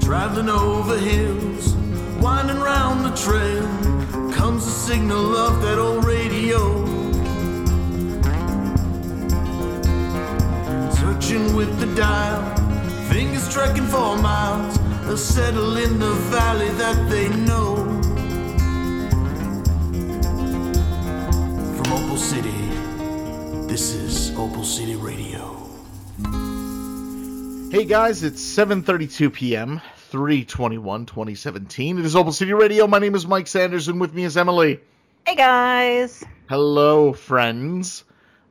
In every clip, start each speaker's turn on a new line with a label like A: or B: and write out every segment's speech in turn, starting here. A: climbing over hills, winding round the trail. Comes the signal of that old radio. Searching with the dial, fingers trekking for miles. They'll settle in the valley that they know. From Opal City, this is Opal City Radio.
B: Hey guys, it's 7:32 p.m. 3/21/2017. It is Opal City Radio. My name is Mike Sanders, and with me is Emily.
C: Hey guys.
B: Hello, friends.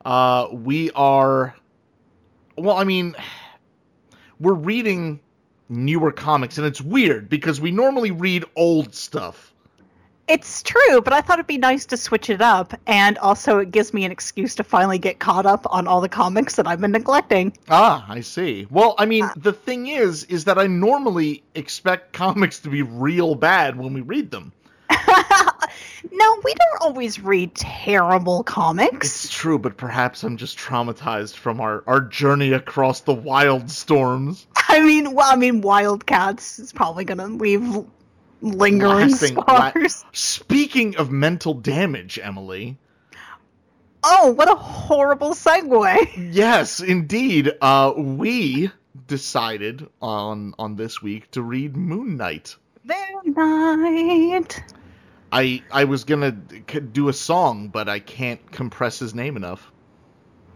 B: Uh, we are, well, I mean, we're reading newer comics, and it's weird because we normally read old stuff.
C: It's true, but I thought it'd be nice to switch it up, and also it gives me an excuse to finally get caught up on all the comics that I've been neglecting.
B: Ah, I see. Well, I mean, the thing is, is that I normally expect comics to be real bad when we read them.
C: No, we don't always read terrible
B: It's
C: comics.
B: true, but perhaps I'm just traumatized from our, our journey across the wild storms.
C: I mean, well, I mean, Wildcats is probably gonna leave l- lingering
B: Lasting la-
C: scars.
B: Speaking of mental damage, Emily.
C: Oh, what a horrible segue!
B: Yes, indeed. Uh, we decided on on this week to read Moon Knight.
C: Moon Knight.
B: I I was gonna c- do a song, but I can't compress his name enough,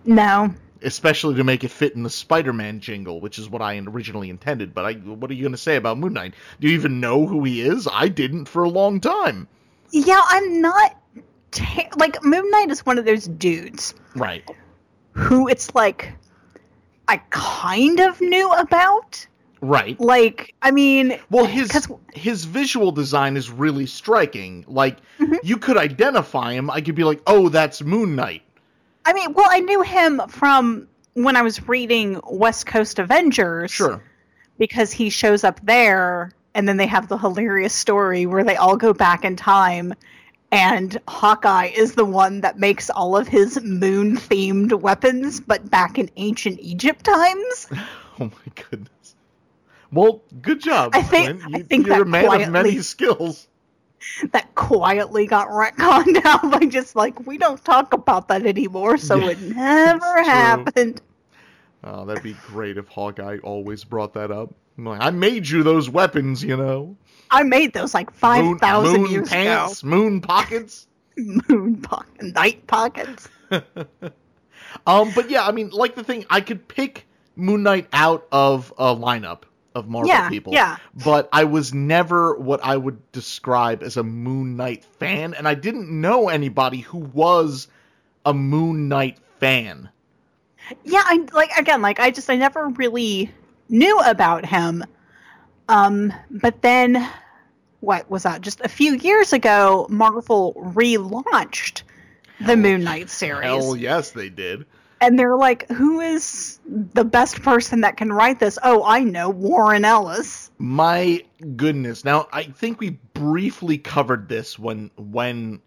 C: No,
B: especially to make it fit in the Spider-Man jingle, which is what I originally intended. But I, what are you gonna say about Moon Knight? Do you even know who he is? I didn't for a long time.
C: yeah, I'm not. Ter- like Moon Knight is one of those dudes
B: Right.
C: who it's like I kind of knew about.
B: Right.
C: Like, I mean,
B: Well, his
C: 'Cause-
B: his visual design is really striking. Like
C: Mm-hmm.
B: you could identify him. I could be like, "Oh, that's Moon Knight."
C: I mean, well, I knew him from when I was reading West Coast Avengers.
B: Sure.
C: Because he shows up there, and then they have the hilarious story where they all go back in time, and Hawkeye is the one that makes all of his moon themed weapons, but back in ancient Egypt times.
B: Oh my goodness. Well, good job.
C: I think-
B: Clint.
C: I
B: You,
C: think
B: you're
C: that
B: a man of many
C: quietly-
B: skills.
C: that quietly got retconned out by just like, we don't talk about that anymore, so
B: Yeah,
C: it never
B: it's true.
C: happened.
B: Oh, that'd be great if Hawkeye always brought that up. I'm like, I made you those weapons, you know.
C: I made those like
B: moon,
C: 5,000
B: moon
C: years
B: pants, moon pockets.
C: ago. Moon pocket, night pockets.
B: Um, but yeah, I mean, like the thing, I could pick Moon Knight out of a lineup of Marvel
C: Yeah,
B: people.
C: yeah.
B: But I was never what I would describe as a Moon Knight fan, and I didn't know anybody who was a Moon Knight fan.
C: Yeah, I like again, like I just I never really knew about him. Um, but then what was that? Just a few years ago, Marvel relaunched the Moon Knight series.
B: Hell yes, they did.
C: and they're like, "Who is the best person that can write this?" Oh, I know, Warren Ellis.
B: My goodness. Now I think we briefly covered this when when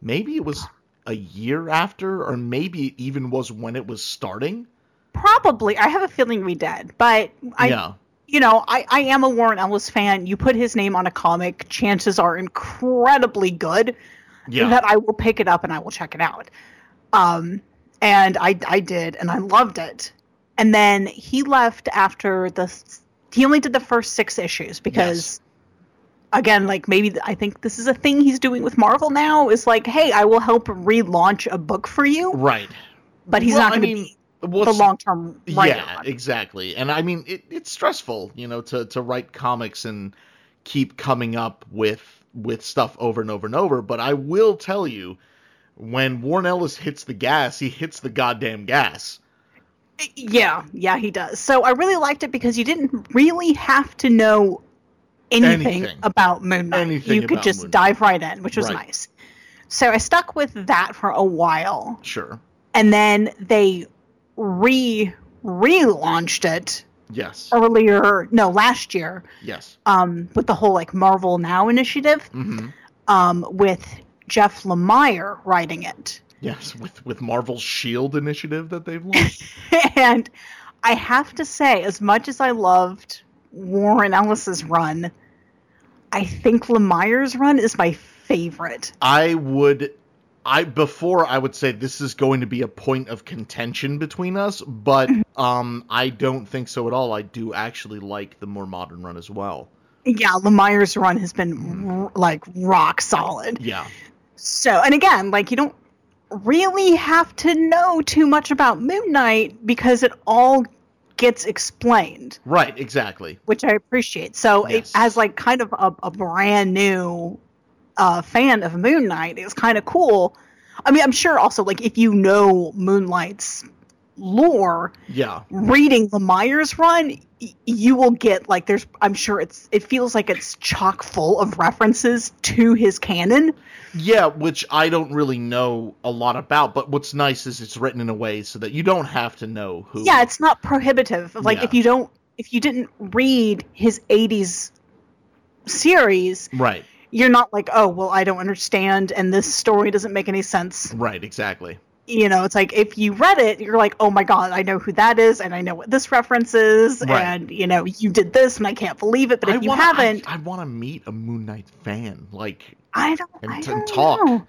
B: maybe it was a year after, or maybe it even was when it was starting.
C: Probably, I have a feeling we did, but I,
B: yeah.
C: you know, I, I am a Warren Ellis fan. You put his name on a comic, chances are incredibly good
B: Yeah.
C: that I will pick it up and I will check it out. Um, and I I did, and I loved it. And then he left after the he only did the first six issues because. Again, like maybe th- I think this is a thing he's doing with Marvel now is like, hey, I will help relaunch a book for you,
B: Right.
C: but he's
B: Well,
C: not
B: I
C: going to
B: mean,
C: be the
B: what's-
C: long term writer.
B: Yeah,
C: on it.
B: exactly. And I mean, it, it's stressful, you know, to to write comics and keep coming up with with stuff over and over and over. But I will tell you, when Warren Ellis hits the gas, he hits the goddamn gas.
C: Yeah, yeah, he does. So I really liked it because you didn't really have to know anything,
B: Anything.
C: about Moon Knight.
B: Anything
C: you could
B: about
C: just
B: Moon Knight.
C: dive right in, which was
B: Right.
C: nice. So I stuck with that for a while,
B: Sure.
C: and then they re relaunched it
B: Yes.
C: Oh. earlier, no, last year,
B: Yes.
C: um, with the whole like Marvel Now initiative,
B: hmm
C: um, with Jeff Lemire writing it.
B: Yes. With with Marvel's Shield initiative that they've launched.
C: and I have to say, as much as I loved Warren Ellis's run. I think Lemire's run is my favorite.
B: I would I before I would say this is going to be a point of contention between us, but
C: Mm-hmm.
B: um I don't think so at all. I do actually like the more modern run as well.
C: Yeah, Lemire's run has been r- like rock solid.
B: Yeah.
C: So, and again, like you don't really have to know too much about Moon Knight because it all gets explained,
B: Right, exactly.
C: which I appreciate. So,
B: Yes.
C: it, as like kind of a, a brand new uh, fan of Moon Knight, it's kind of cool. I mean, I'm sure also like if you know Moonlight's lore,
B: Yeah.
C: reading Lemire's run, y- you will get like there's I'm sure it's it feels like it's chock full of references to his canon.
B: Yeah, which I don't really know a lot about, but what's nice is it's written in a way so that you don't have to know who
C: Yeah, it's not prohibitive. Like if
B: Yeah.
C: you don't if you didn't read his 80s series,
B: Right,
C: you're not like, "Oh, well, I don't understand and this story doesn't make any sense."
B: right, exactly.
C: You know, it's like if you read it, you're like, "Oh my god, I know who that is and I know what this reference is
B: Right.
C: and, you know, you did this and I can't believe it." But if
B: I
C: you
B: wanna,
C: haven't,
B: I, I want to meet a Moon Knight fan. Like,
C: I, don't
B: and
C: I
B: t-
C: don't
B: talk.
C: know.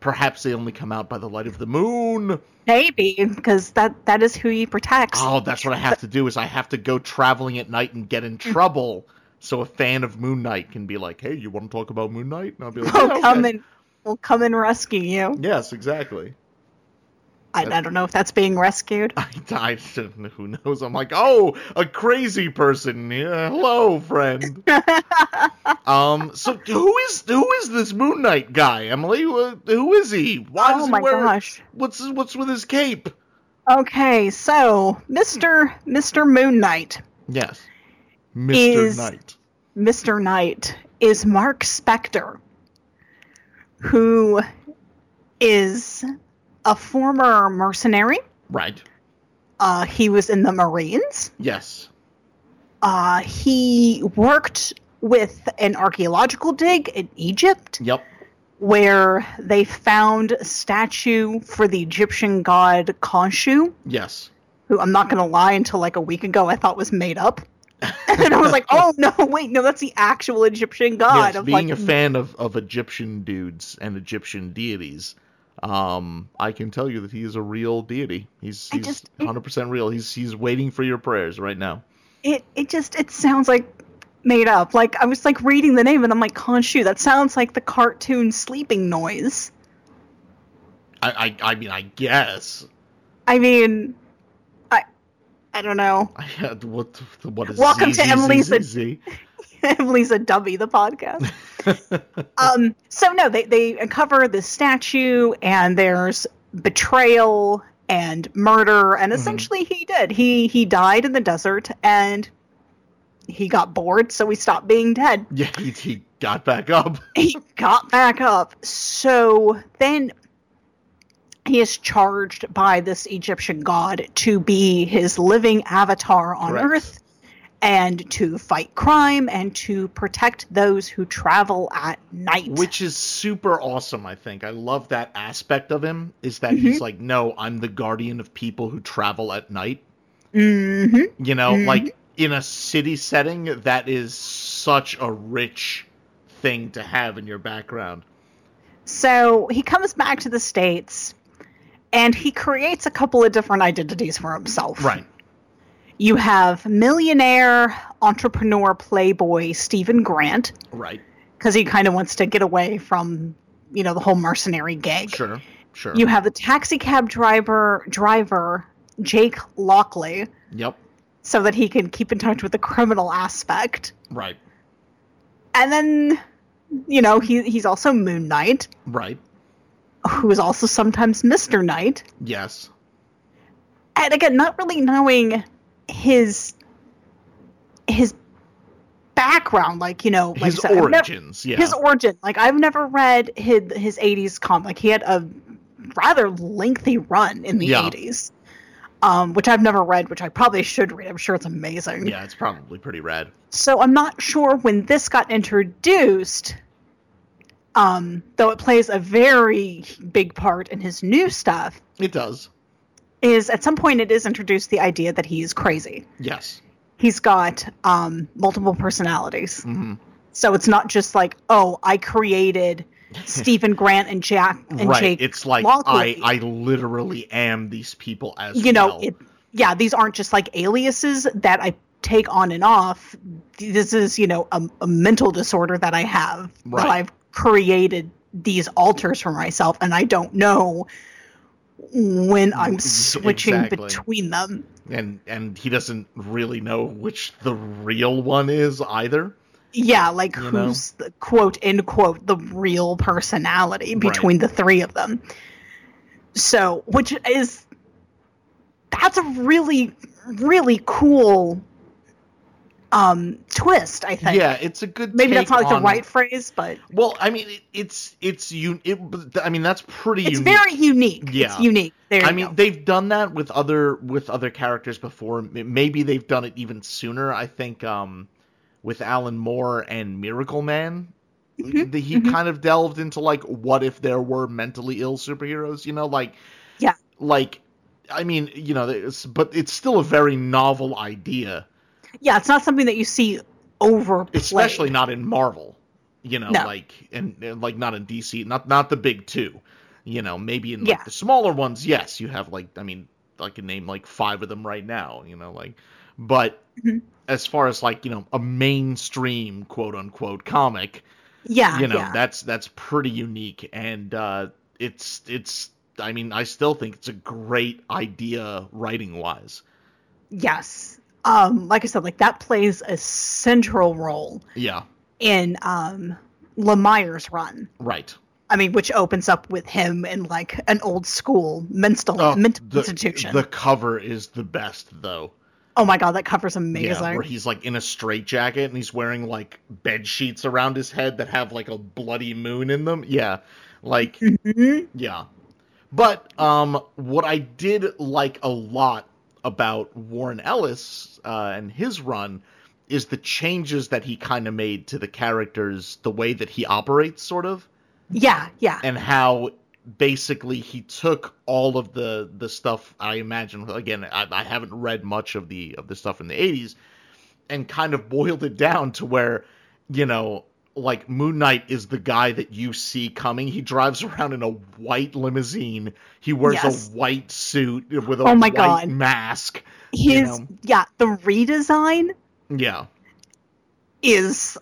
B: perhaps they only come out by the light of the moon.
C: Maybe because that that is who he protects.
B: Oh, that's what I have to do is I have to go traveling at night and get in
C: Mm.
B: trouble. So a fan of Moon Knight can be like, "Hey, you want to talk about Moon Knight?" And I'll be like,
C: We'll
B: "Yeah, okay."
C: come and we'll come and rescue you.
B: Yes, exactly.
C: I, I don't know if that's being rescued.
B: I died. Who knows? I'm like, oh, a crazy person. Yeah, hello, friend. um. So who is who is this Moon Knight guy, Emily? Wh- Who is he? Why
C: oh
B: does
C: my
B: he wear?
C: gosh.
B: What's what's with his cape?
C: Okay, so Mister Mister Moon Knight,
B: Yes, Mister
C: Is-
B: Knight.
C: Mister Knight is Mark Spector, who is a former mercenary.
B: Right.
C: Uh, he was in the Marines.
B: Yes.
C: Uh, he worked with an archaeological dig in Egypt.
B: Yep.
C: where they found a statue for the Egyptian god Khonshu,
B: Yes.
C: who I'm not going to lie until like a week ago I thought was made up. and then I was like, oh no, wait, no, that's the actual Egyptian god.
B: yes,
C: I'm
B: being
C: Oh, like,
B: a fan of, of Egyptian dudes and Egyptian deities, um, I can tell you that he is a real deity. He's
C: I
B: he's
C: just- it-
B: hundred percent real. He's he's waiting for your prayers right now.
C: it, it just, it sounds like made up. Like I was like reading the name and I'm like, Khonshu, that sounds like the cartoon sleeping noise.
B: I I, I mean I guess.
C: I mean, I, I don't know.
B: I had what what is
C: Welcome
B: Z,
C: to
B: Z,
C: Emily's-
B: Z, Z, Z?
C: Emily's a dummy, the podcast. um, so no, they they uncover this statue, and there's betrayal and murder, and essentially he did. He he died in the desert, and he got bored, so he stopped being dead.
B: Yeah, he, he got back up.
C: He got back up. So then he is charged by this Egyptian god to be his living avatar on
B: Correct.
C: Earth and to fight crime and to protect those who travel at night.
B: Which is super awesome, I think. I love that aspect of him is that
C: Mm-hmm.
B: he's like, No, I'm the guardian of people who travel at night.
C: hmm
B: You know,
C: Mhm.
B: like in a city setting, that is such a rich thing to have in your background.
C: So he comes back to the States and he creates a couple of different identities for himself. You have millionaire, entrepreneur, playboy Stephen Grant.
B: Right.
C: because he kind of wants to get away from you know the whole mercenary gig.
B: Sure. Sure.
C: You have the taxi cab driver driver Jake Lockley
B: Yep.
C: so that he can keep in touch with the criminal aspect,
B: Right.
C: and then you know he he's also Moon Knight,
B: Right.
C: who is also sometimes Mister Knight,
B: Yes.
C: and again not really knowing his his background, like you know, like I
B: His
C: said, I've never-
B: origins. yeah.
C: his origin. Like I've never read his his eighties comic. Like, he had a rather lengthy run in the
B: Yeah.
C: eighties. Um, which I've never read, which I probably should read. I'm sure it's amazing.
B: yeah, it's probably pretty rad.
C: So I'm not sure when this got introduced, um, though it plays a very big part in his new stuff,
B: It does.
C: is at some point it is introduced the idea that he is crazy.
B: Yes.
C: he's got um, multiple personalities.
B: hmm
C: So it's not just like, oh, I created Stephen Grant and Jack and
B: right.
C: Jake.
B: it's like
C: Lockley.
B: I I literally am these people as
C: you know,
B: well.
C: it, yeah, these aren't just like aliases that I take on and off. This is, you know, a, a mental disorder that I have.
B: Right.
C: That I've created these alters for myself, and I don't know when I'm switching
B: Mm, Exactly.
C: between them.
B: and and he doesn't really know which the real one is either.
C: Yeah, like
B: You know?
C: who's the quote end quote the real personality between the three of them. So, which is that's a really really cool um twist, I think.
B: Yeah, it's a good.
C: Maybe that's
B: take
C: not like
B: on-
C: the right phrase, but
B: Well, I mean, it, it's it's you. It, I mean, that's pretty.
C: it's
B: unique.
C: very unique.
B: Yeah.
C: It's unique. There
B: I
C: you
B: mean,
C: go.
B: they've done that with other with other characters before. M- Maybe they've done it even sooner. I think um, with Alan Moore and Miracle Man,
C: Mhm,
B: the, he
C: mhm.
B: kind of delved into like, what if there were mentally ill superheroes? You know, like
C: Yeah.
B: like I mean, you know, it's, but it's still a very novel idea,
C: yeah, it's not something that you see overplayed.
B: especially not in Marvel. You know,
C: No.
B: like and, and like not in DC, not not the big two. You know, maybe in like,
C: Yeah.
B: the smaller ones, yes, you have like I mean, I can name like five of them right now. You know, like, but
C: Mhm.
B: as far as like you know a mainstream quote unquote comic,
C: yeah,
B: you know
C: Ah, yeah.
B: that's that's pretty unique and uh it's it's i mean i still think it's a great idea writing wise
C: yes. Um like I said, like that plays a central role
B: yeah
C: in um Lemire's run.
B: right
C: I mean, which opens up with him in like an old school mental
B: Oh,
C: mental
B: the,
C: institution.
B: the cover is the best though
C: oh my god, that cover's
B: yeah
C: amazing.
B: where he's like in a straitjacket and he's wearing like bed sheets around his head that have like a bloody moon in them yeah like
C: Mhm.
B: Yeah. But um, what I did like a lot about Warren Ellis uh, and his run is the changes that he kind of made to the characters, the way that he operates, sort of,
C: Yeah, yeah,
B: and how basically he took all of the the stuff I imagine. Again, I, I haven't read much of the of the stuff in the '80s, and kind of boiled it down to where, you know, like Moon Knight is the guy that you see coming. He drives around in a white limousine. He wears
C: Yes.
B: a white suit with a
C: Oh my
B: white
C: God.
B: mask.
C: His
B: know.
C: yeah, the redesign
B: Yeah.
C: is,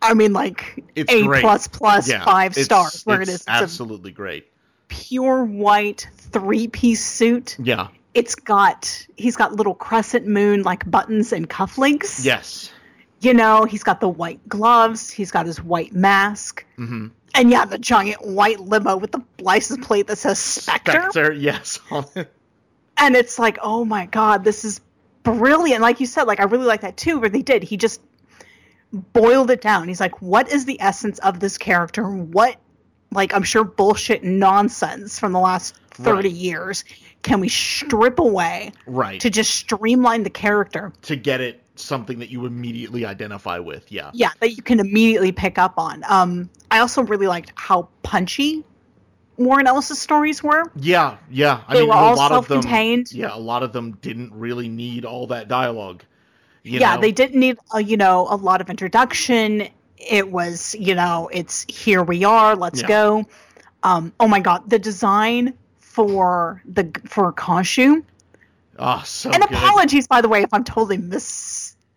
C: I mean, like
B: It's
C: a
B: great.
C: plus plus
B: yeah.
C: five
B: it's-
C: stars. Where it
B: it's
C: is, it's
B: absolutely great.
C: a pure white three piece suit.
B: Yeah.
C: It's got he's got little crescent moon like buttons and cufflinks.
B: Yes.
C: you know he's got the white gloves. He's got his white mask.
B: hmm
C: And yeah, the giant white limo with the license plate that says Spectre.
B: Spectre. Yes.
C: And it's like, oh my God, this is brilliant. Like you said, like I really like that too, where they did. He just boiled it down. He's like, what is the essence of this character? What, like, I'm sure bullshit nonsense from the last 30
B: Right.
C: years can we strip away
B: right.
C: to just streamline the character?
B: to get it something that you immediately identify with. Yeah.
C: Yeah, that you can immediately pick up on. Um, I also really liked how punchy Warren Ellis's stories were.
B: Yeah, yeah. I
C: They
B: mean,
C: were
B: a
C: all
B: lot of them.
C: self-contained.
B: Yeah, a lot of them didn't really need all that dialogue. you
C: yeah,
B: know?
C: they didn't need a, you know a lot of introduction. It was you know it's here we are, let's
B: Yeah.
C: go. Um, oh my god, the design for the for Konshu.
B: Ah, so
C: and
B: good.
C: apologies by the way if I'm totally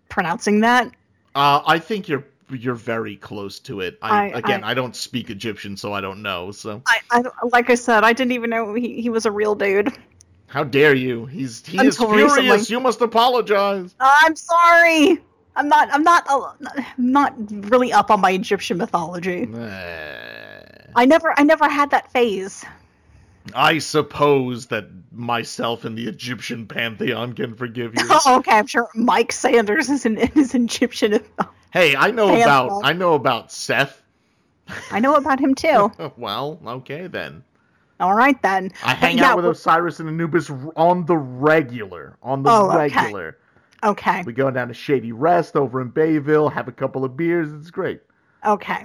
C: mispronouncing that.
B: Uh, I think you're you're very close to it. I,
C: I-
B: again, I, don't speak Egyptian, so I don't know. So
C: I, I like I said, I didn't even know he, he was a real dude.
B: how dare you? He's he is
C: Until
B: furious.
C: recently.
B: You must apologize.
C: I'm sorry. I'm not. I'm not. I'm not really up on my Egyptian mythology.
B: Eh.
C: I never. I never had that phase.
B: I suppose that myself and the Egyptian pantheon can forgive you.
C: Oh, okay, I'm sure Mike Sanders is an is an Egyptian mythology.
B: hey, I know
C: Pantheon.
B: about I know about Seth.
C: I know about him too.
B: Oh, well, okay then.
C: All right then.
B: I
C: But
B: hang
C: yeah,
B: out with
C: we're-
B: Osiris and Anubis r- on the regular. On the
C: Oh, okay.
B: regular.
C: Okay.
B: We go down to Shady Rest over in Bayville, have a couple of beers. It's great.
C: Okay.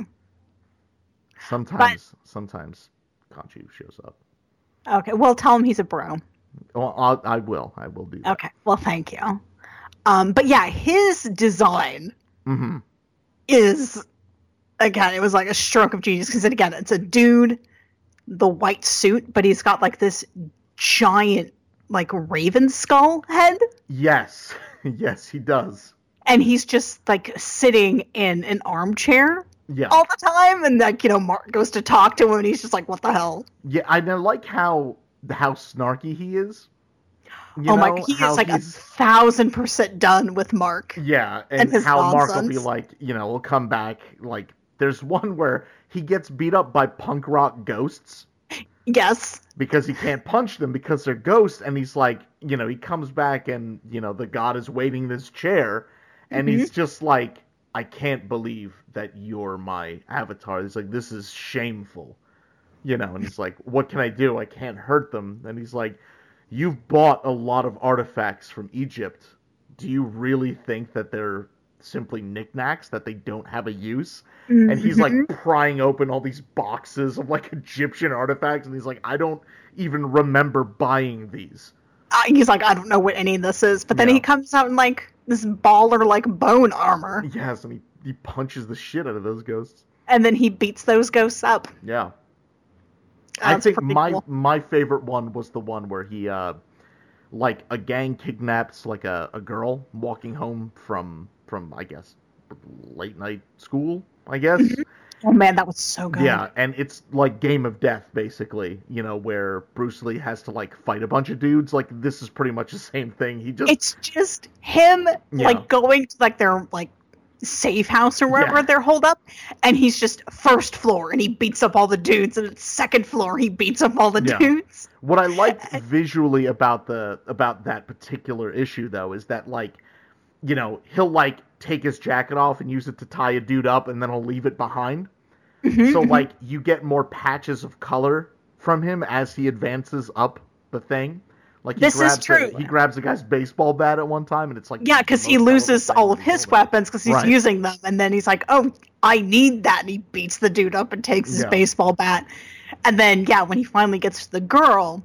B: Sometimes, sometimes Conchu shows up.
C: Okay. Well, tell him he's a bro.
B: Oh, I'll, I will. I will do that.
C: Okay. Well, thank you. Um, but yeah, his design
B: hmm
C: is again, it was like a stroke of genius because again, it's a dude, the white suit, but he's got like this giant like raven skull head,
B: Yes, yes, he does.
C: and he's just like sitting in an armchair
B: Yeah,
C: all the time, and like you know, Mark goes to talk to him, and he's just like, "What the hell."
B: yeah. I know, like how how snarky he is. You
C: oh my
B: know,
C: god, he
B: how
C: is like a
B: he's-
C: thousand percent done with Mark.
B: Yeah, and,
C: and his
B: how Mark will be
C: nonsense.
B: like, you know, will come back. Like, there's one where he gets beat up by punk rock ghosts
C: Yes.
B: because he can't punch them because they're ghosts, and he's like, you know, he comes back and you know the god is waiting this chair, and
C: Mm-hmm.
B: he's just like, I can't believe that you're my avatar. He's like, this is shameful, you know, and he's like, what can I do? I can't hurt them, and he's like, you've bought a lot of artifacts from Egypt. Do you really think that they're simply knickknacks that they don't have a use? And he's like
C: Mm-hmm.
B: prying open all these boxes of like Egyptian artifacts, and he's like, I don't even remember buying these.
C: Uh, he's like, I don't know what any of this is, but then
B: Yeah.
C: he comes out in like this baller like bone armor,
B: Yes, and he, he punches the shit out of those ghosts.
C: and then he beats those ghosts up.
B: Yeah. I
C: That's
B: think
C: pretty
B: my
C: cool.
B: my favorite one was the one where he uh like a gang kidnaps like a, a girl walking home from from I guess late night school, I guess.
C: Oh man, that was so good.
B: Yeah, and it's like Game of Death basically, you know, where Bruce Lee has to like fight a bunch of dudes. Like this is pretty much the same thing. He just
C: It's just him
B: Yeah.
C: like going to like their like safe house or wherever
B: Yeah.
C: they're holed up, and he's just first floor and he beats up all the dudes, and it's second floor he beats up all the
B: Yeah.
C: dudes.
B: what I liked visually about the about that particular issue though is that like you know, he'll like take his jacket off and use it to tie a dude up and then he'll leave it behind.
C: Mhm.
B: So like you get more patches of color from him as he advances up the thing. Like he
C: This is
B: grabs a-
C: true.
B: he grabs a guy's baseball bat at one time, and it's like
C: Yeah, because
B: the
C: he
B: most
C: loses
B: colorful
C: all of
B: thing in the
C: his
B: world.
C: weapons because he's
B: Right.
C: using them, and then he's like, "Oh, I need that," and he beats the dude up and takes his
B: Yeah.
C: baseball bat, and then yeah, when he finally gets to the girl,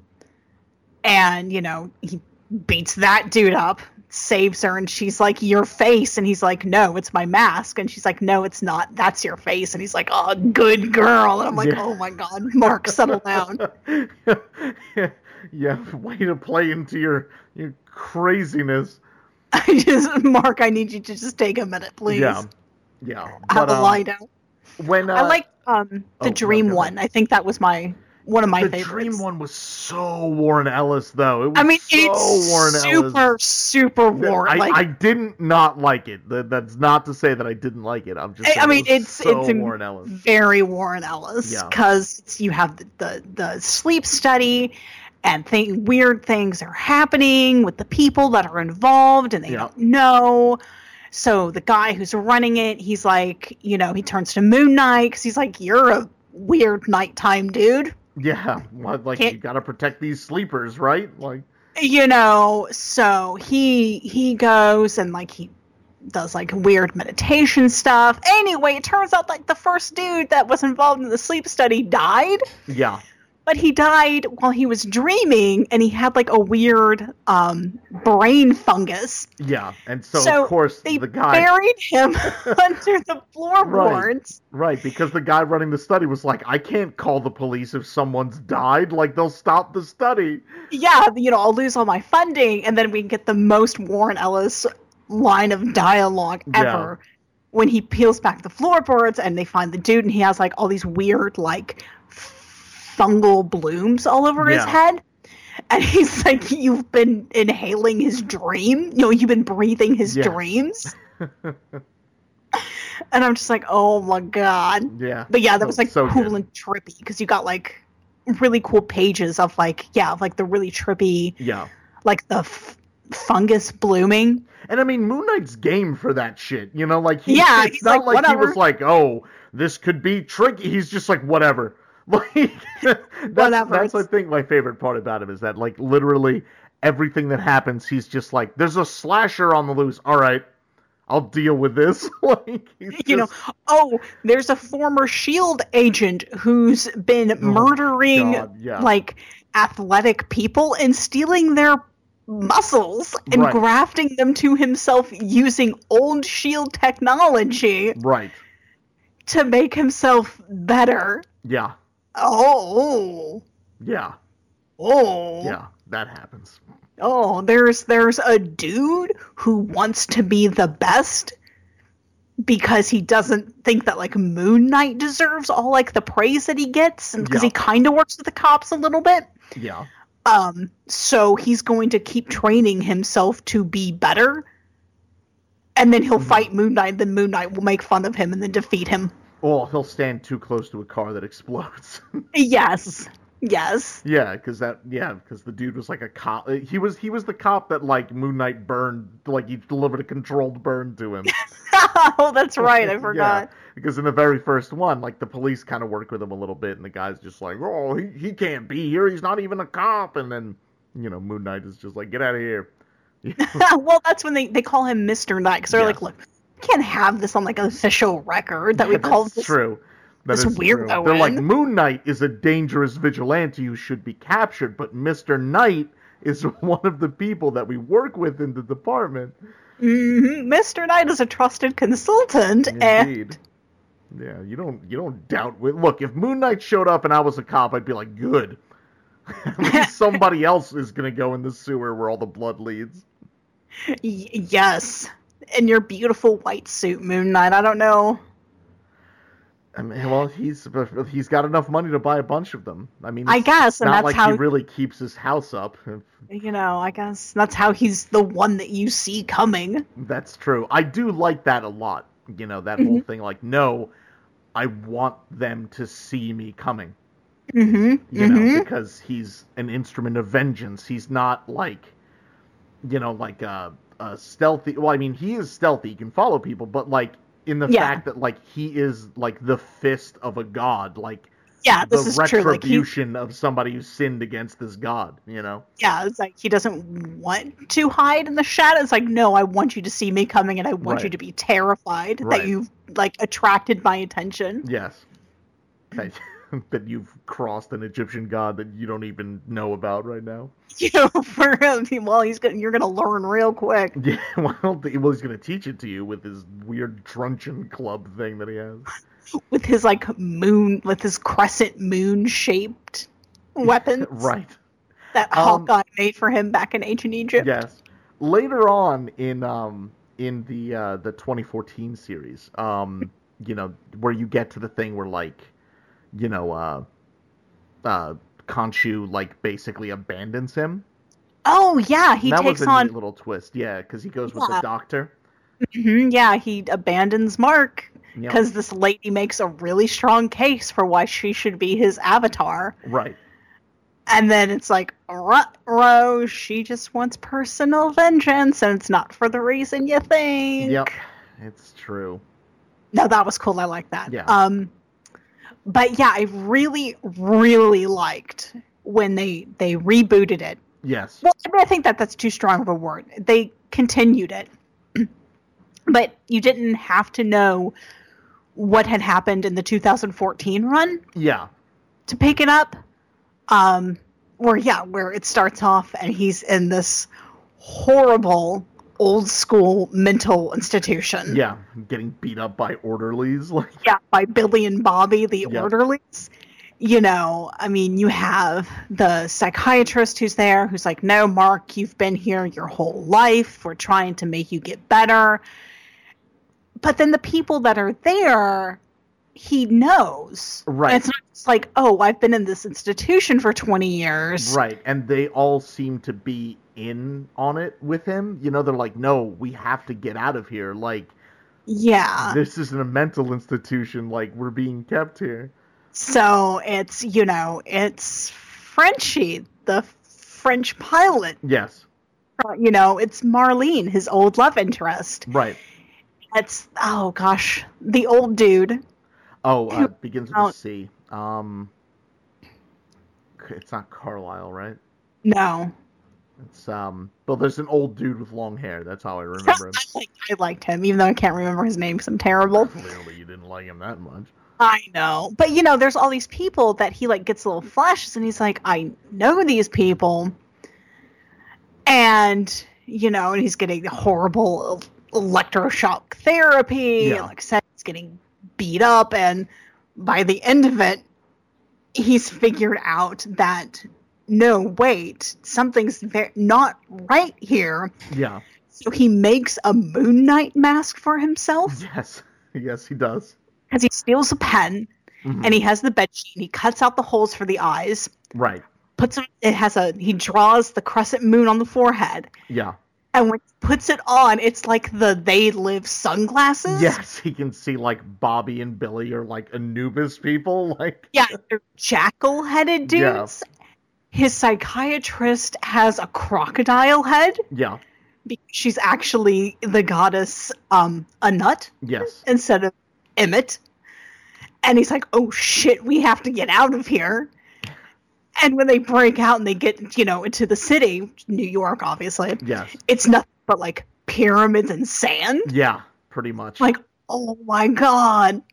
C: and you know he beats that dude up, saves her, and she's like, "Your face," and he's like, "No, it's my mask," and she's like, "No, it's not. That's your face," and he's like, "Oh, good girl," and I'm like,
B: Yeah.
C: "Oh my god, Mark, settle down."
B: yeah, way to play into your your craziness.
C: I just, Mark, I need you to just take a minute, please.
B: Yeah, yeah.
C: Have
B: But,
C: a
B: um,
C: lie down.
B: When uh,
C: I like um
B: oh,
C: the
B: no,
C: dream
B: go ahead.
C: one. I think that was my one of my
B: the
C: favorites.
B: dream one was so Warren Ellis though. It was
C: I mean,
B: so
C: it's
B: Warren
C: super
B: Ellis.
C: super Warren.
B: I,
C: like
B: I didn't not like it. That, that's not to say that I didn't like it. I'm just.
C: I- I
B: saying it
C: mean,
B: was
C: it's-
B: so
C: it's in-
B: Warren Ellis.
C: very Warren Ellis
B: Yeah.
C: because you have the, the the sleep study and thing weird things are happening with the people that are involved and they
B: Yeah.
C: don't know. So the guy who's running it, he's like, you know, he turns to Moon Knight because he's like, you're a weird nighttime dude.
B: Yeah, well, like
C: Can't-
B: you got to protect these sleepers, right? Like,
C: you know so he he goes and like he does like weird meditation stuff anyway it turns out like the first dude that was involved in the sleep study died
B: yeah,
C: but he died while he was dreaming and he had like a weird um brain fungus
B: yeah. And so,
C: So
B: of course
C: they
B: the guy,
C: buried him under the floorboards
B: right? Because the guy running the study was like, I can't call the police if someone's died. Like they'll stop the study.
C: yeah you know i'll lose all my funding and then we can get the most warren ellis line of dialogue
B: Yeah.
C: ever when he peels back the floorboards and they find the dude and he has like all these weird like fungal blooms all over his
B: Yeah.
C: head and he's like you've been inhaling his dream you know you've been breathing his
B: Yeah.
C: dreams and i'm just like oh my god
B: Yeah,
C: but yeah, that
B: So-
C: was like
B: so
C: cool
B: good.
C: and trippy because you got like really cool pages of like yeah, of, like the really trippy
B: yeah.
C: like the f- fungus blooming.
B: And I mean, Moon Knight's game for that shit. You know, like he,
C: Yeah,
B: it's
C: he's
B: not like,
C: like,
B: he
C: whatever.
B: was like, oh, this could be tricky. He's just like, whatever. Like that's,
C: Whatever,
B: That's I
C: it's-
B: think my favorite part about him is that like literally everything that happens, he's just like, there's a slasher on the loose. All right, I'll deal with this. like he's
C: You know,
B: just-
C: oh, there's a former Shield E agent who's been
B: Oh,
C: murdering
B: God, yeah.
C: like athletic people and stealing their muscles and
B: Right.
C: grafting them to himself using old shield E technology
B: Right.
C: to make himself better.
B: Yeah.
C: Oh,
B: Yeah.
C: oh,
B: Yeah. That happens.
C: oh. There's there's a dude who wants to be the best because he doesn't think that like Moon Knight deserves all like the praise that he gets, and because
B: Yeah.
C: he kind of works with the cops a little bit.
B: Yeah.
C: Um, so he's going to keep training himself to be better. And then he'll fight Moon Knight, then Moon Knight will make fun of him and then defeat him.
B: Well, Oh, he'll stand too close to a car that explodes.
C: Yes. Yes.
B: yeah, because that. Yeah, because the dude was like a cop. Uh, He was he was the cop that like Moon Knight burned. Like he delivered a controlled burn to him.
C: oh, that's right. I
B: Yeah,
C: forgot.
B: because in the very first one, like the police kind of work with him a little bit, and the guy's just like, "Oh, he, he can't be here. He's not even a cop." And then, you know, Moon Knight is just like, "Get out of here."
C: well, that's when they, they call him Mr. Knight because they're
B: Yeah.
C: like, look, we can't have this on like an official record that we call
B: That's
C: this.
B: true. That
C: this
B: is
C: weirdo
B: true. They're like
C: in.
B: Moon Knight is a dangerous vigilante who should be captured, but Mister Knight is one of the people that we work with in the department.
C: Mhm, Mr. Knight is a trusted consultant. And
B: Indeed. Yeah, you don't you don't doubt. With, look, if Moon Knight showed up and I was a cop, I'd be like, good. At least somebody else is gonna go in the sewer where all the blood leads.
C: y- yes. In your beautiful white suit, Moon Knight. I don't know.
B: I mean, well, he's he's got enough money to buy a bunch of them. I mean,
C: I
B: it's
C: guess, and
B: not
C: that's
B: like
C: how
B: he really keeps his house up.
C: you know, I guess that's how he's the one that you see coming.
B: That's true. I do like that a lot. You know, that
C: Mm-hmm.
B: whole thing like, no, I want them to see me coming.
C: hmm hmm
B: You know, because he's an instrument of vengeance. He's not like, you know, like a, a stealthy. Well, I mean, he is stealthy. He can follow people, but like in the
C: Yeah.
B: fact that like he is like the fist of a god, like
C: Yeah, Uh, this
B: the
C: is true. Like he,
B: retribution of somebody who sinned against this god. You know.
C: yeah, it's like he doesn't want to hide in the shadows. Like, no, I want you to see me coming, and I want you
B: Right.
C: to be terrified
B: Right.
C: that you've like attracted my attention.
B: Yes. That, that you've crossed an Egyptian god that you don't even know about right now.
C: You know, for him, well, he's gonna you're gonna learn real quick.
B: Yeah, well, the, well he's going to teach it to you with his weird truncheon club thing that he has.
C: with his like moon, with his crescent moon shaped weapons
B: Right.
C: that
B: Um,
C: Hawkeye made for him back in ancient Egypt.
B: Yes. Later on in um in the uh the 2014 series, um you know, where you get to the thing where like you know, uh uh Khonshu like basically abandons him.
C: Oh yeah, he
B: that
C: takes
B: was a
C: on
B: neat little twist. Yeah, cuz he goes with
C: Yeah.
B: the doctor.
C: hmm yeah, he abandons Mark
B: Yep.
C: because this lady makes a really strong case for why she should be his avatar.
B: Right.
C: And then it's like, row, she just wants personal vengeance, and it's not for the reason you think.
B: Yep. It's true.
C: No, that was cool. I like that.
B: Yeah.
C: Um, but yeah, I really, really liked when they they rebooted it.
B: Yes.
C: Well, I, mean, I think that that's too strong of a word. They continued it, but you didn't have to know what had happened in the 2014 run
B: Yeah.
C: to pick it up. Um, where yeah, where it starts off and he's in this horrible old school mental institution.
B: Yeah. Getting beat up by orderlies like
C: Yeah, by Billy and Bobby, the
B: Yeah.
C: orderlies. You know, I mean, you have the psychiatrist who's there who's like, No, Mark, you've been here your whole life. We're trying to make you get better. But then the people that are there, he knows. And
B: Right.
C: it's not just like, Oh, I've been in this institution for 20 years.
B: Right, and they all seem to be in on it with him. You know, they're like, "No, we have to get out of here. Like,
C: Yeah.
B: this isn't a mental institution. Like, we're being kept here."
C: So it's, you know, it's Frenchie, the French pilot
B: Yes,
C: you know, it's Marlene, his old love interest.
B: right.
C: It's oh gosh, the old dude.
B: Oh, uh,
C: Who-
B: begins with
C: Oh.
B: a C. Um, it's not Carlisle, right?
C: No,
B: It's um. Well, there's an old dude with long hair. That's how I
C: I,
B: remember him.
C: like, I liked him, even though I can't remember his name because I'm terrible.
B: Clearly, you didn't like him that much.
C: I know, but you know, there's all these people that he like gets little flashes, and he's like, I know these people, and you know, and he's getting horrible electroshock therapy.
B: Yeah.
C: And like I said, he's getting beat up, and by the end of it, he's figured out that no, wait, something's ve- not right here.
B: Yeah.
C: So he makes a Moon Knight mask for himself
B: Yes. Yes, he does.
C: because he steals a pen
B: Mhm.
C: and he has the bed sheet. And he cuts out the holes for the eyes.
B: Right.
C: Puts it. It has a. He draws the crescent moon on the forehead,
B: Yeah.
C: and when he puts it on, it's like the They Live sunglasses.
B: Yes, he can see like Bobby and Billy are like Anubis people. Like
C: Yeah, they're jackal-headed
B: Yeah.
C: dudes. His psychiatrist has a crocodile head.
B: yeah,
C: because She's actually the goddess um, a nut.
B: yes,
C: instead of Emmett. And he's like, oh shit, we have to get out of here. And when they break out and they get, you know, into the city, New York, obviously,
B: yes,
C: it's nothing but like pyramids and sand.
B: yeah, pretty much.
C: Like, oh my god.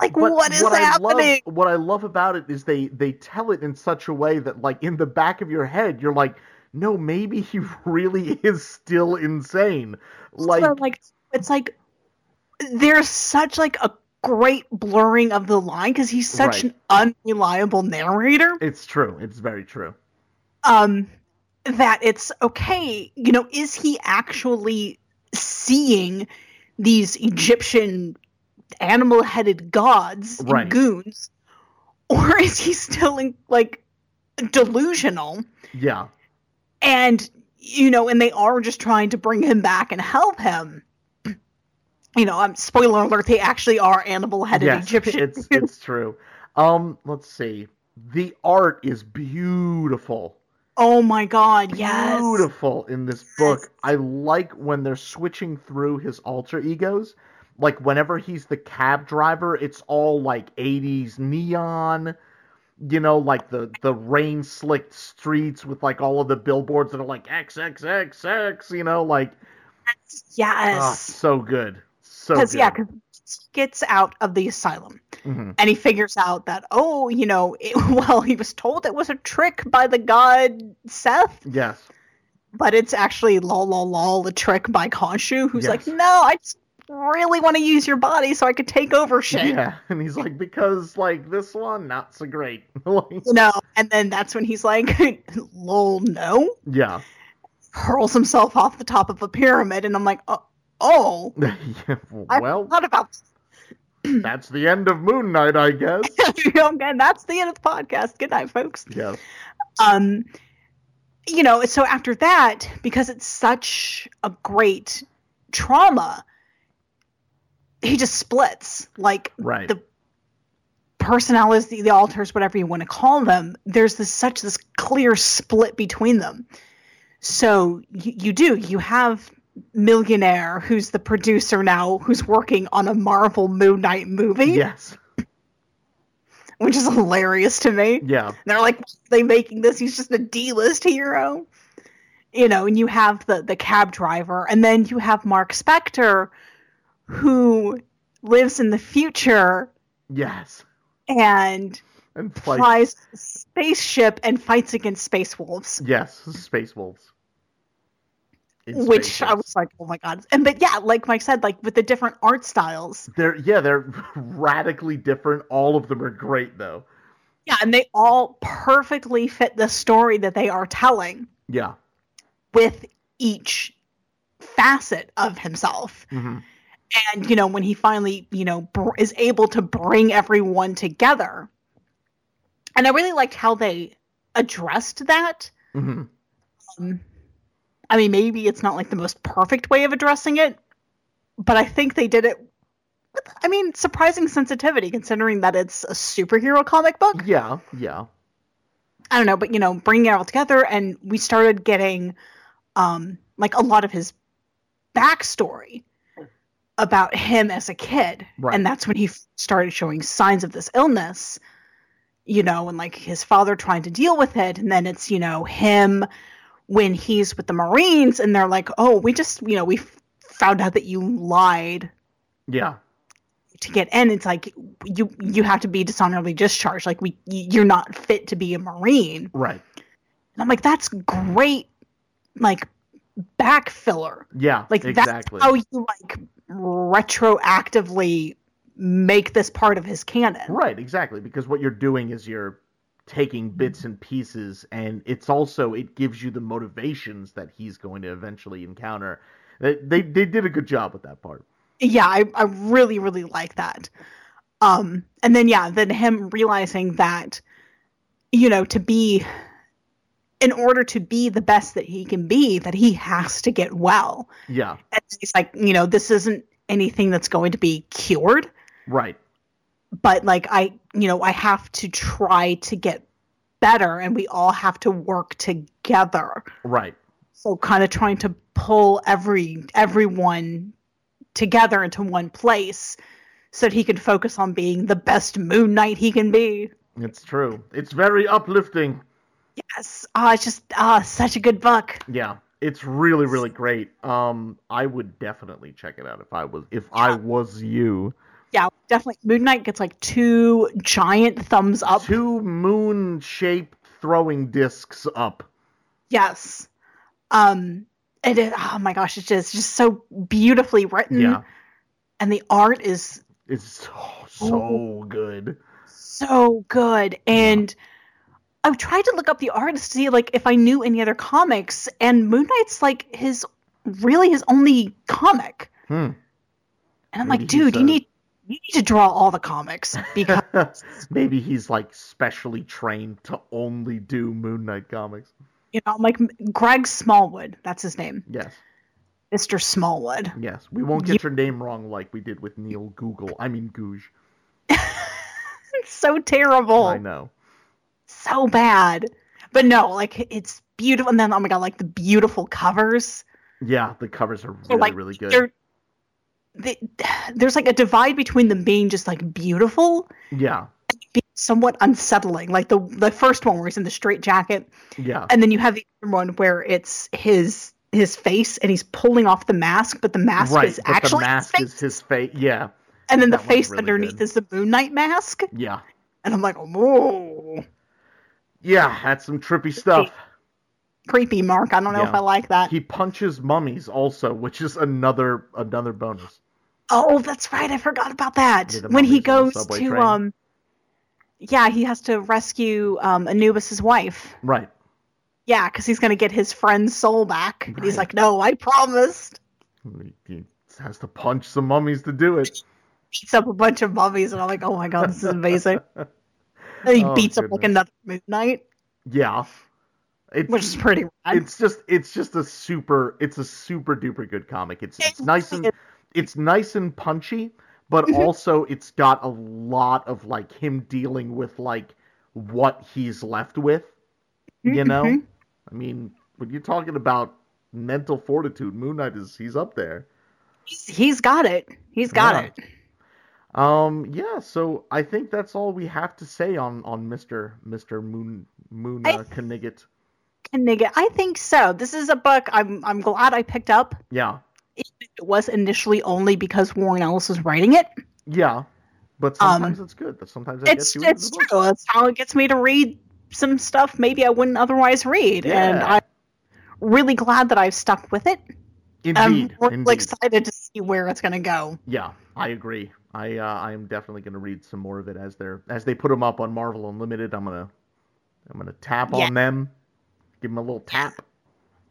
C: Like,
B: But
C: what is
B: what
C: happening?
B: I love, what I love about it is they they tell it in such a way that like in the back of your head you're like, no, maybe he really is still insane. Like,
C: So, like, it's like there's such like a great blurring of the line because he's such
B: Right.
C: an unreliable narrator.
B: it's true. It's very true.
C: um that it's okay you know is he actually seeing these egyptian animal headed gods and
B: Right.
C: goons or is he still in, like delusional
B: Yeah,
C: and you know and they are just trying to bring him back and help him you know um, spoiler alert they actually are animal headed
B: yes,
C: egyptian
B: it's it's true. Um, let's see. The art is beautiful.
C: oh my god yes
B: beautiful in this book.
C: Yes.
B: I like when they're switching through his alter egos. Like whenever he's the cab driver, it's all like 80s neon, you know, like the the rain slicked streets with like all of the billboards that are like XXXX, you know, like ah,
C: yes
B: so good. So
C: because
B: good.
C: yeah 'cause he gets out of the asylum
B: Mhm.
C: and he figures out that oh you know it, well he was told it was a trick by the god seth
B: Yes.
C: but it's actually lol lol lol a trick by konshu who's like
B: Yes.
C: no i just really want to use your body so i could take over shit
B: Yeah. And he's like, because like this one, not so great. Like,
C: you know and then that's when he's like lol no
B: yeah.
C: hurls himself off the top of a pyramid and i'm like oh, oh
B: Yeah,
C: I
B: well,
C: thought about
B: that's the end of Moon Knight, I guess.
C: and that's the end of the podcast good night folks
B: Yes.
C: um you know so after that because it's such a great trauma he just splits like
B: Right.
C: the personalities the, the alters whatever you want to call them there's this such this clear split between them so you, you do you have millionaire who's the producer now who's working on a marvel moon knight movie
B: Yes.
C: which is hilarious to me
B: Yeah.
C: and they're like, "Why are they making this? He's just a D-list hero. You know, and you have the the cab driver, and then you have Mark Spector, who lives in the future
B: Yes.
C: and
B: And like
C: flies a spaceship and fights against space wolves.
B: yes, space wolves. In
C: which
B: space
C: I
B: wolves.
C: was like, oh my god! And but yeah, like Mike said, like with the different art styles,
B: They're yeah, they're radically different. All of them are great though.
C: yeah, and they all perfectly fit the story that they are telling
B: Yeah.
C: with each facet of himself.
B: hmm
C: and you know when he finally you know br- is able to bring everyone together and i really liked how they addressed that
B: hmm
C: um, i mean maybe it's not like the most perfect way of addressing it but i think they did it with, i mean surprising sensitivity considering that it's a superhero comic book
B: Yeah. Yeah.
C: I don't know, but you know, bringing it all together, and we started getting um, like a lot of his backstory about him as a kid,
B: Right.
C: and that's when he f- started showing signs of this illness, you know, and like his father trying to deal with it, and then it's you know him when he's with the Marines, and they're like, oh, we just you know we f- found out that you lied
B: Yeah.
C: to get in it's like you you have to be dishonorably discharged like we you're not fit to be a marine
B: Right.
C: and I'm like, that's great like back filler.
B: Yeah,
C: Like
B: exactly.
C: that's how you like retroactively make this part of his canon.
B: Right, exactly. Because what you're doing is you're taking bits and pieces, and it's also it gives you the motivations that he's going to eventually encounter. They they, they did a good job with that part.
C: yeah I, I really really like that um and then yeah then him realizing that you know to be in order to be the best that he can be that he has to get well
B: Yeah,
C: and he's like you know this isn't anything that's going to be cured
B: right.
C: but like i you know i have to try to get better and we all have to work together
B: Right.
C: so kind of trying to pull every everyone together into one place so that he can focus on being the best moon knight he can be
B: It's true. It's very uplifting.
C: yes ah it's just ah such a good book
B: Yeah. It's really, really great. Um, I would definitely check it out if I was if I was you.
C: yeah definitely moon knight gets like two giant thumbs up
B: Two moon shaped throwing discs up.
C: yes um it is oh my gosh it's just, just so beautifully written
B: Yeah,
C: and the art is
B: it's so so good.
C: so good and i've tried to look up the artist to see like if i knew any other comics and moon knight's like his really his only comic
B: Hmm.
C: and i'm
B: Maybe
C: like
B: he's
C: dude
B: a-
C: you need you need to draw all the comics because
B: Maybe he's like specially trained to only do Moon Knight comics.
C: you know i'm like greg smallwood that's his name
B: Yes,
C: mr smallwood
B: yes. We won't get your name wrong like we did with Neil Google. I mean Googe.
C: it's so terrible
B: I know.
C: so bad but no like it's beautiful and then oh my god like the beautiful covers
B: Yeah, the covers are
C: So,
B: really,
C: like,
B: really good.
C: they're- they, there's like a divide between them being just like beautiful
B: Yeah,
C: being somewhat unsettling like the the first one where he's in the straight jacket
B: yeah,
C: and then you have the other one where it's his his face and he's pulling off the mask but the mask
B: right.
C: is
B: but
C: actually
B: the
C: his
B: mask
C: face,
B: is his face. Yeah,
C: and then the
B: that one's
C: face
B: really
C: underneath
B: good.
C: is the moon knight mask
B: yeah,
C: and i'm like whoa
B: yeah. That's some trippy stuff.
C: creepy mark i don't know if
B: Yeah.
C: i like that
B: He punches mummies also, which is another another bonus.
C: Oh, that's right. I forgot about that.
B: Yeah, the
C: when he
B: mummies on the
C: goes to
B: subway train.
C: um yeah, he has to rescue um Anubis's wife.
B: Right.
C: Yeah, cuz he's going to get his friend's soul back. And he's
B: Right.
C: like, "No, I promised."
B: He- He has to punch some mummies to do it.
C: Beats up a bunch of mummies and I'm like, "Oh my god, this is amazing." and he
B: Oh,
C: beats up like
B: goodness.
C: another moon knight,
B: Yeah. It's
C: which is pretty rad.
B: it's just it's just a super it's a super duper good comic. It's it's
C: It
B: nice
C: really
B: and it's nice and punchy, but
C: Mm-hmm.
B: also it's got a lot of like him dealing with like what he's left with. You know?
C: Mhm.
B: I mean, when you're talking about mental fortitude, Moon Knight is he's up there.
C: He's, he's got it. He's got
B: Yeah.
C: it.
B: Um yeah, so I think that's all we have to say on on Mr. Mr. Moon Moon
C: I-
B: uh, Knigget.
C: And nigga, I think so. This is a book I'm I'm glad I picked up.
B: Yeah.
C: It was initially only because Warren Ellis was writing it.
B: Yeah. But
C: Um,
B: sometimes it's good. That sometimes that
C: it's
B: gets you into
C: it's
B: the
C: true.
B: book.
C: That's how it gets me to read some stuff maybe I wouldn't otherwise read, and
B: Yeah.
C: I'm really glad that I've stuck with it.
B: Indeed.
C: I'm really
B: indeed.
C: Um, excited to see where it's going to go.
B: Yeah, I agree. I uh, I am definitely going to read some more of it as they're as they put them up on Marvel Unlimited. I'm gonna I'm gonna tap
C: Yeah.
B: on them, give them a little tap,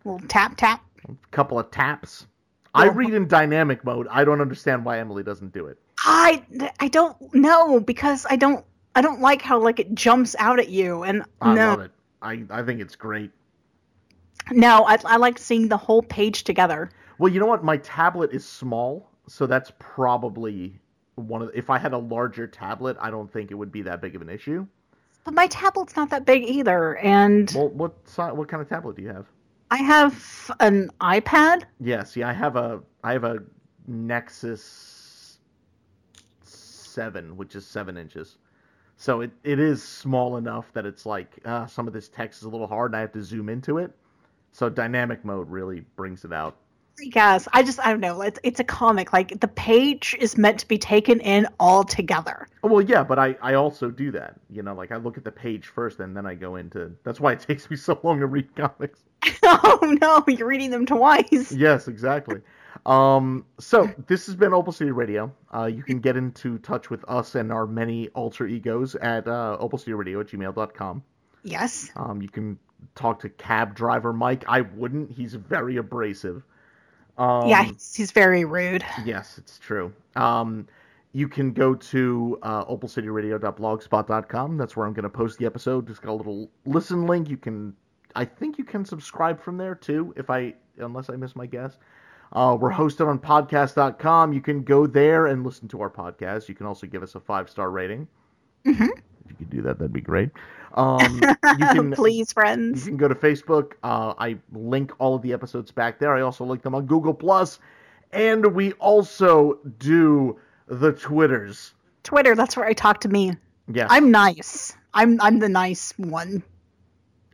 C: Little tap tap.
B: a couple of taps. I
C: Well-
B: read in dynamic mode. I don't understand why Emily doesn't do it.
C: I I don't know because I don't I don't like how like it jumps out at you and
B: I
C: no
B: love it. I I think it's great.
C: no I I like seeing the whole page together.
B: Well, you know what? My tablet is small, so that's probably one of. The, if I had a larger tablet, I don't think it would be that big of an issue.
C: But my tablet's not that big either, and
B: Well, what si- what kind of tablet do you have?
C: I have an iPad.
B: Yeah, see, I have a I have a Nexus seven, which is seven inches. So it, it is small enough that it's like uh, some of this text is a little hard, and I have to zoom into it. So dynamic mode really brings it out.
C: I guess I just I don't know. It's it's a comic. Like the page is meant to be taken in all together.
B: Oh, well, yeah, but I, I also do that. You know, like I look at the page first, and then I go into. That's why it takes me so long to read comics.
C: oh no, you're reading them twice.
B: Yes, exactly. Um, so this has been Opal City Radio. Uh, you can get into touch with us and our many alter egos at uh, opalcityradio at gmail.com.
C: Yes.
B: Um, you can talk to cab driver Mike. I wouldn't. He's very abrasive. Um,
C: yeah, he's, he's very rude.
B: Yes, it's true. Um, you can go to uh, opalcityradio.blogspot.com. That's where I'm going to post the episode. Just got a little listen link. You can, I think you can subscribe from there too, if I unless I miss my guess. Uh, we're hosted on podcast.com. You can go there and listen to our podcast. You can also give us a five star rating.
C: Mhm.
B: If you could do that, that'd be great. Um, you can
C: Please,
B: you
C: friends.
B: can go to Facebook. Uh, I link all of the episodes back there. I also link them on Google Plus, and we also do the Twitters.
C: Twitter, that's where I talk to me.
B: Yes,
C: I'm nice. I'm I'm the nice one.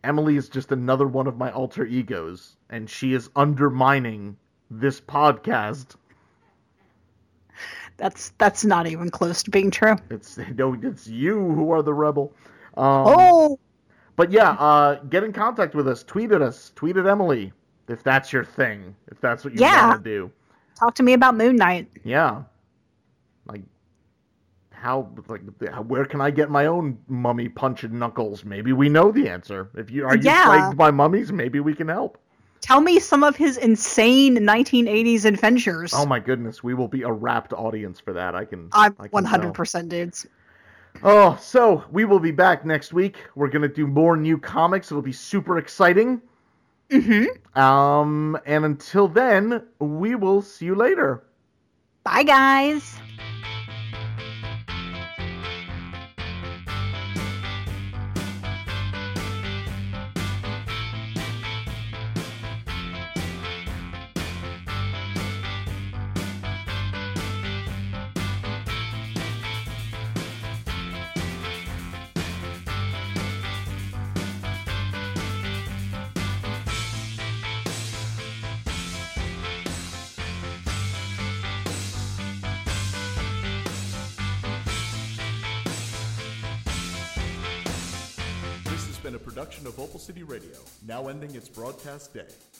B: Emily is just another one of my alter egos, and she is undermining this podcast.
C: That's that's not even close to being true.
B: It's no, it's you who are the rebel. Um,
C: oh,
B: But yeah, uh, get in contact with us. Tweet at us. Tweet at Emily if that's your thing. If that's what you
C: Yeah.
B: want to do.
C: talk to me about Moon Knight.
B: Yeah. Like how like how- where can I get my own mummy punch and knuckles? Maybe we know the answer. If you are you
C: Yeah.
B: plagued by mummies, maybe we can help.
C: Tell me some of his insane 1980s adventures.
B: Oh my goodness, we will be a rapt audience for that. I can
C: I'm
B: I can
C: 100% dudes.
B: tell. Oh, so we will be back next week. We're going to do more new comics. It'll be super exciting.
C: hmm
B: Um and until then, we will see you later.
C: Bye, guys.
A: This has been a production of Opal City Radio, now ending its broadcast day.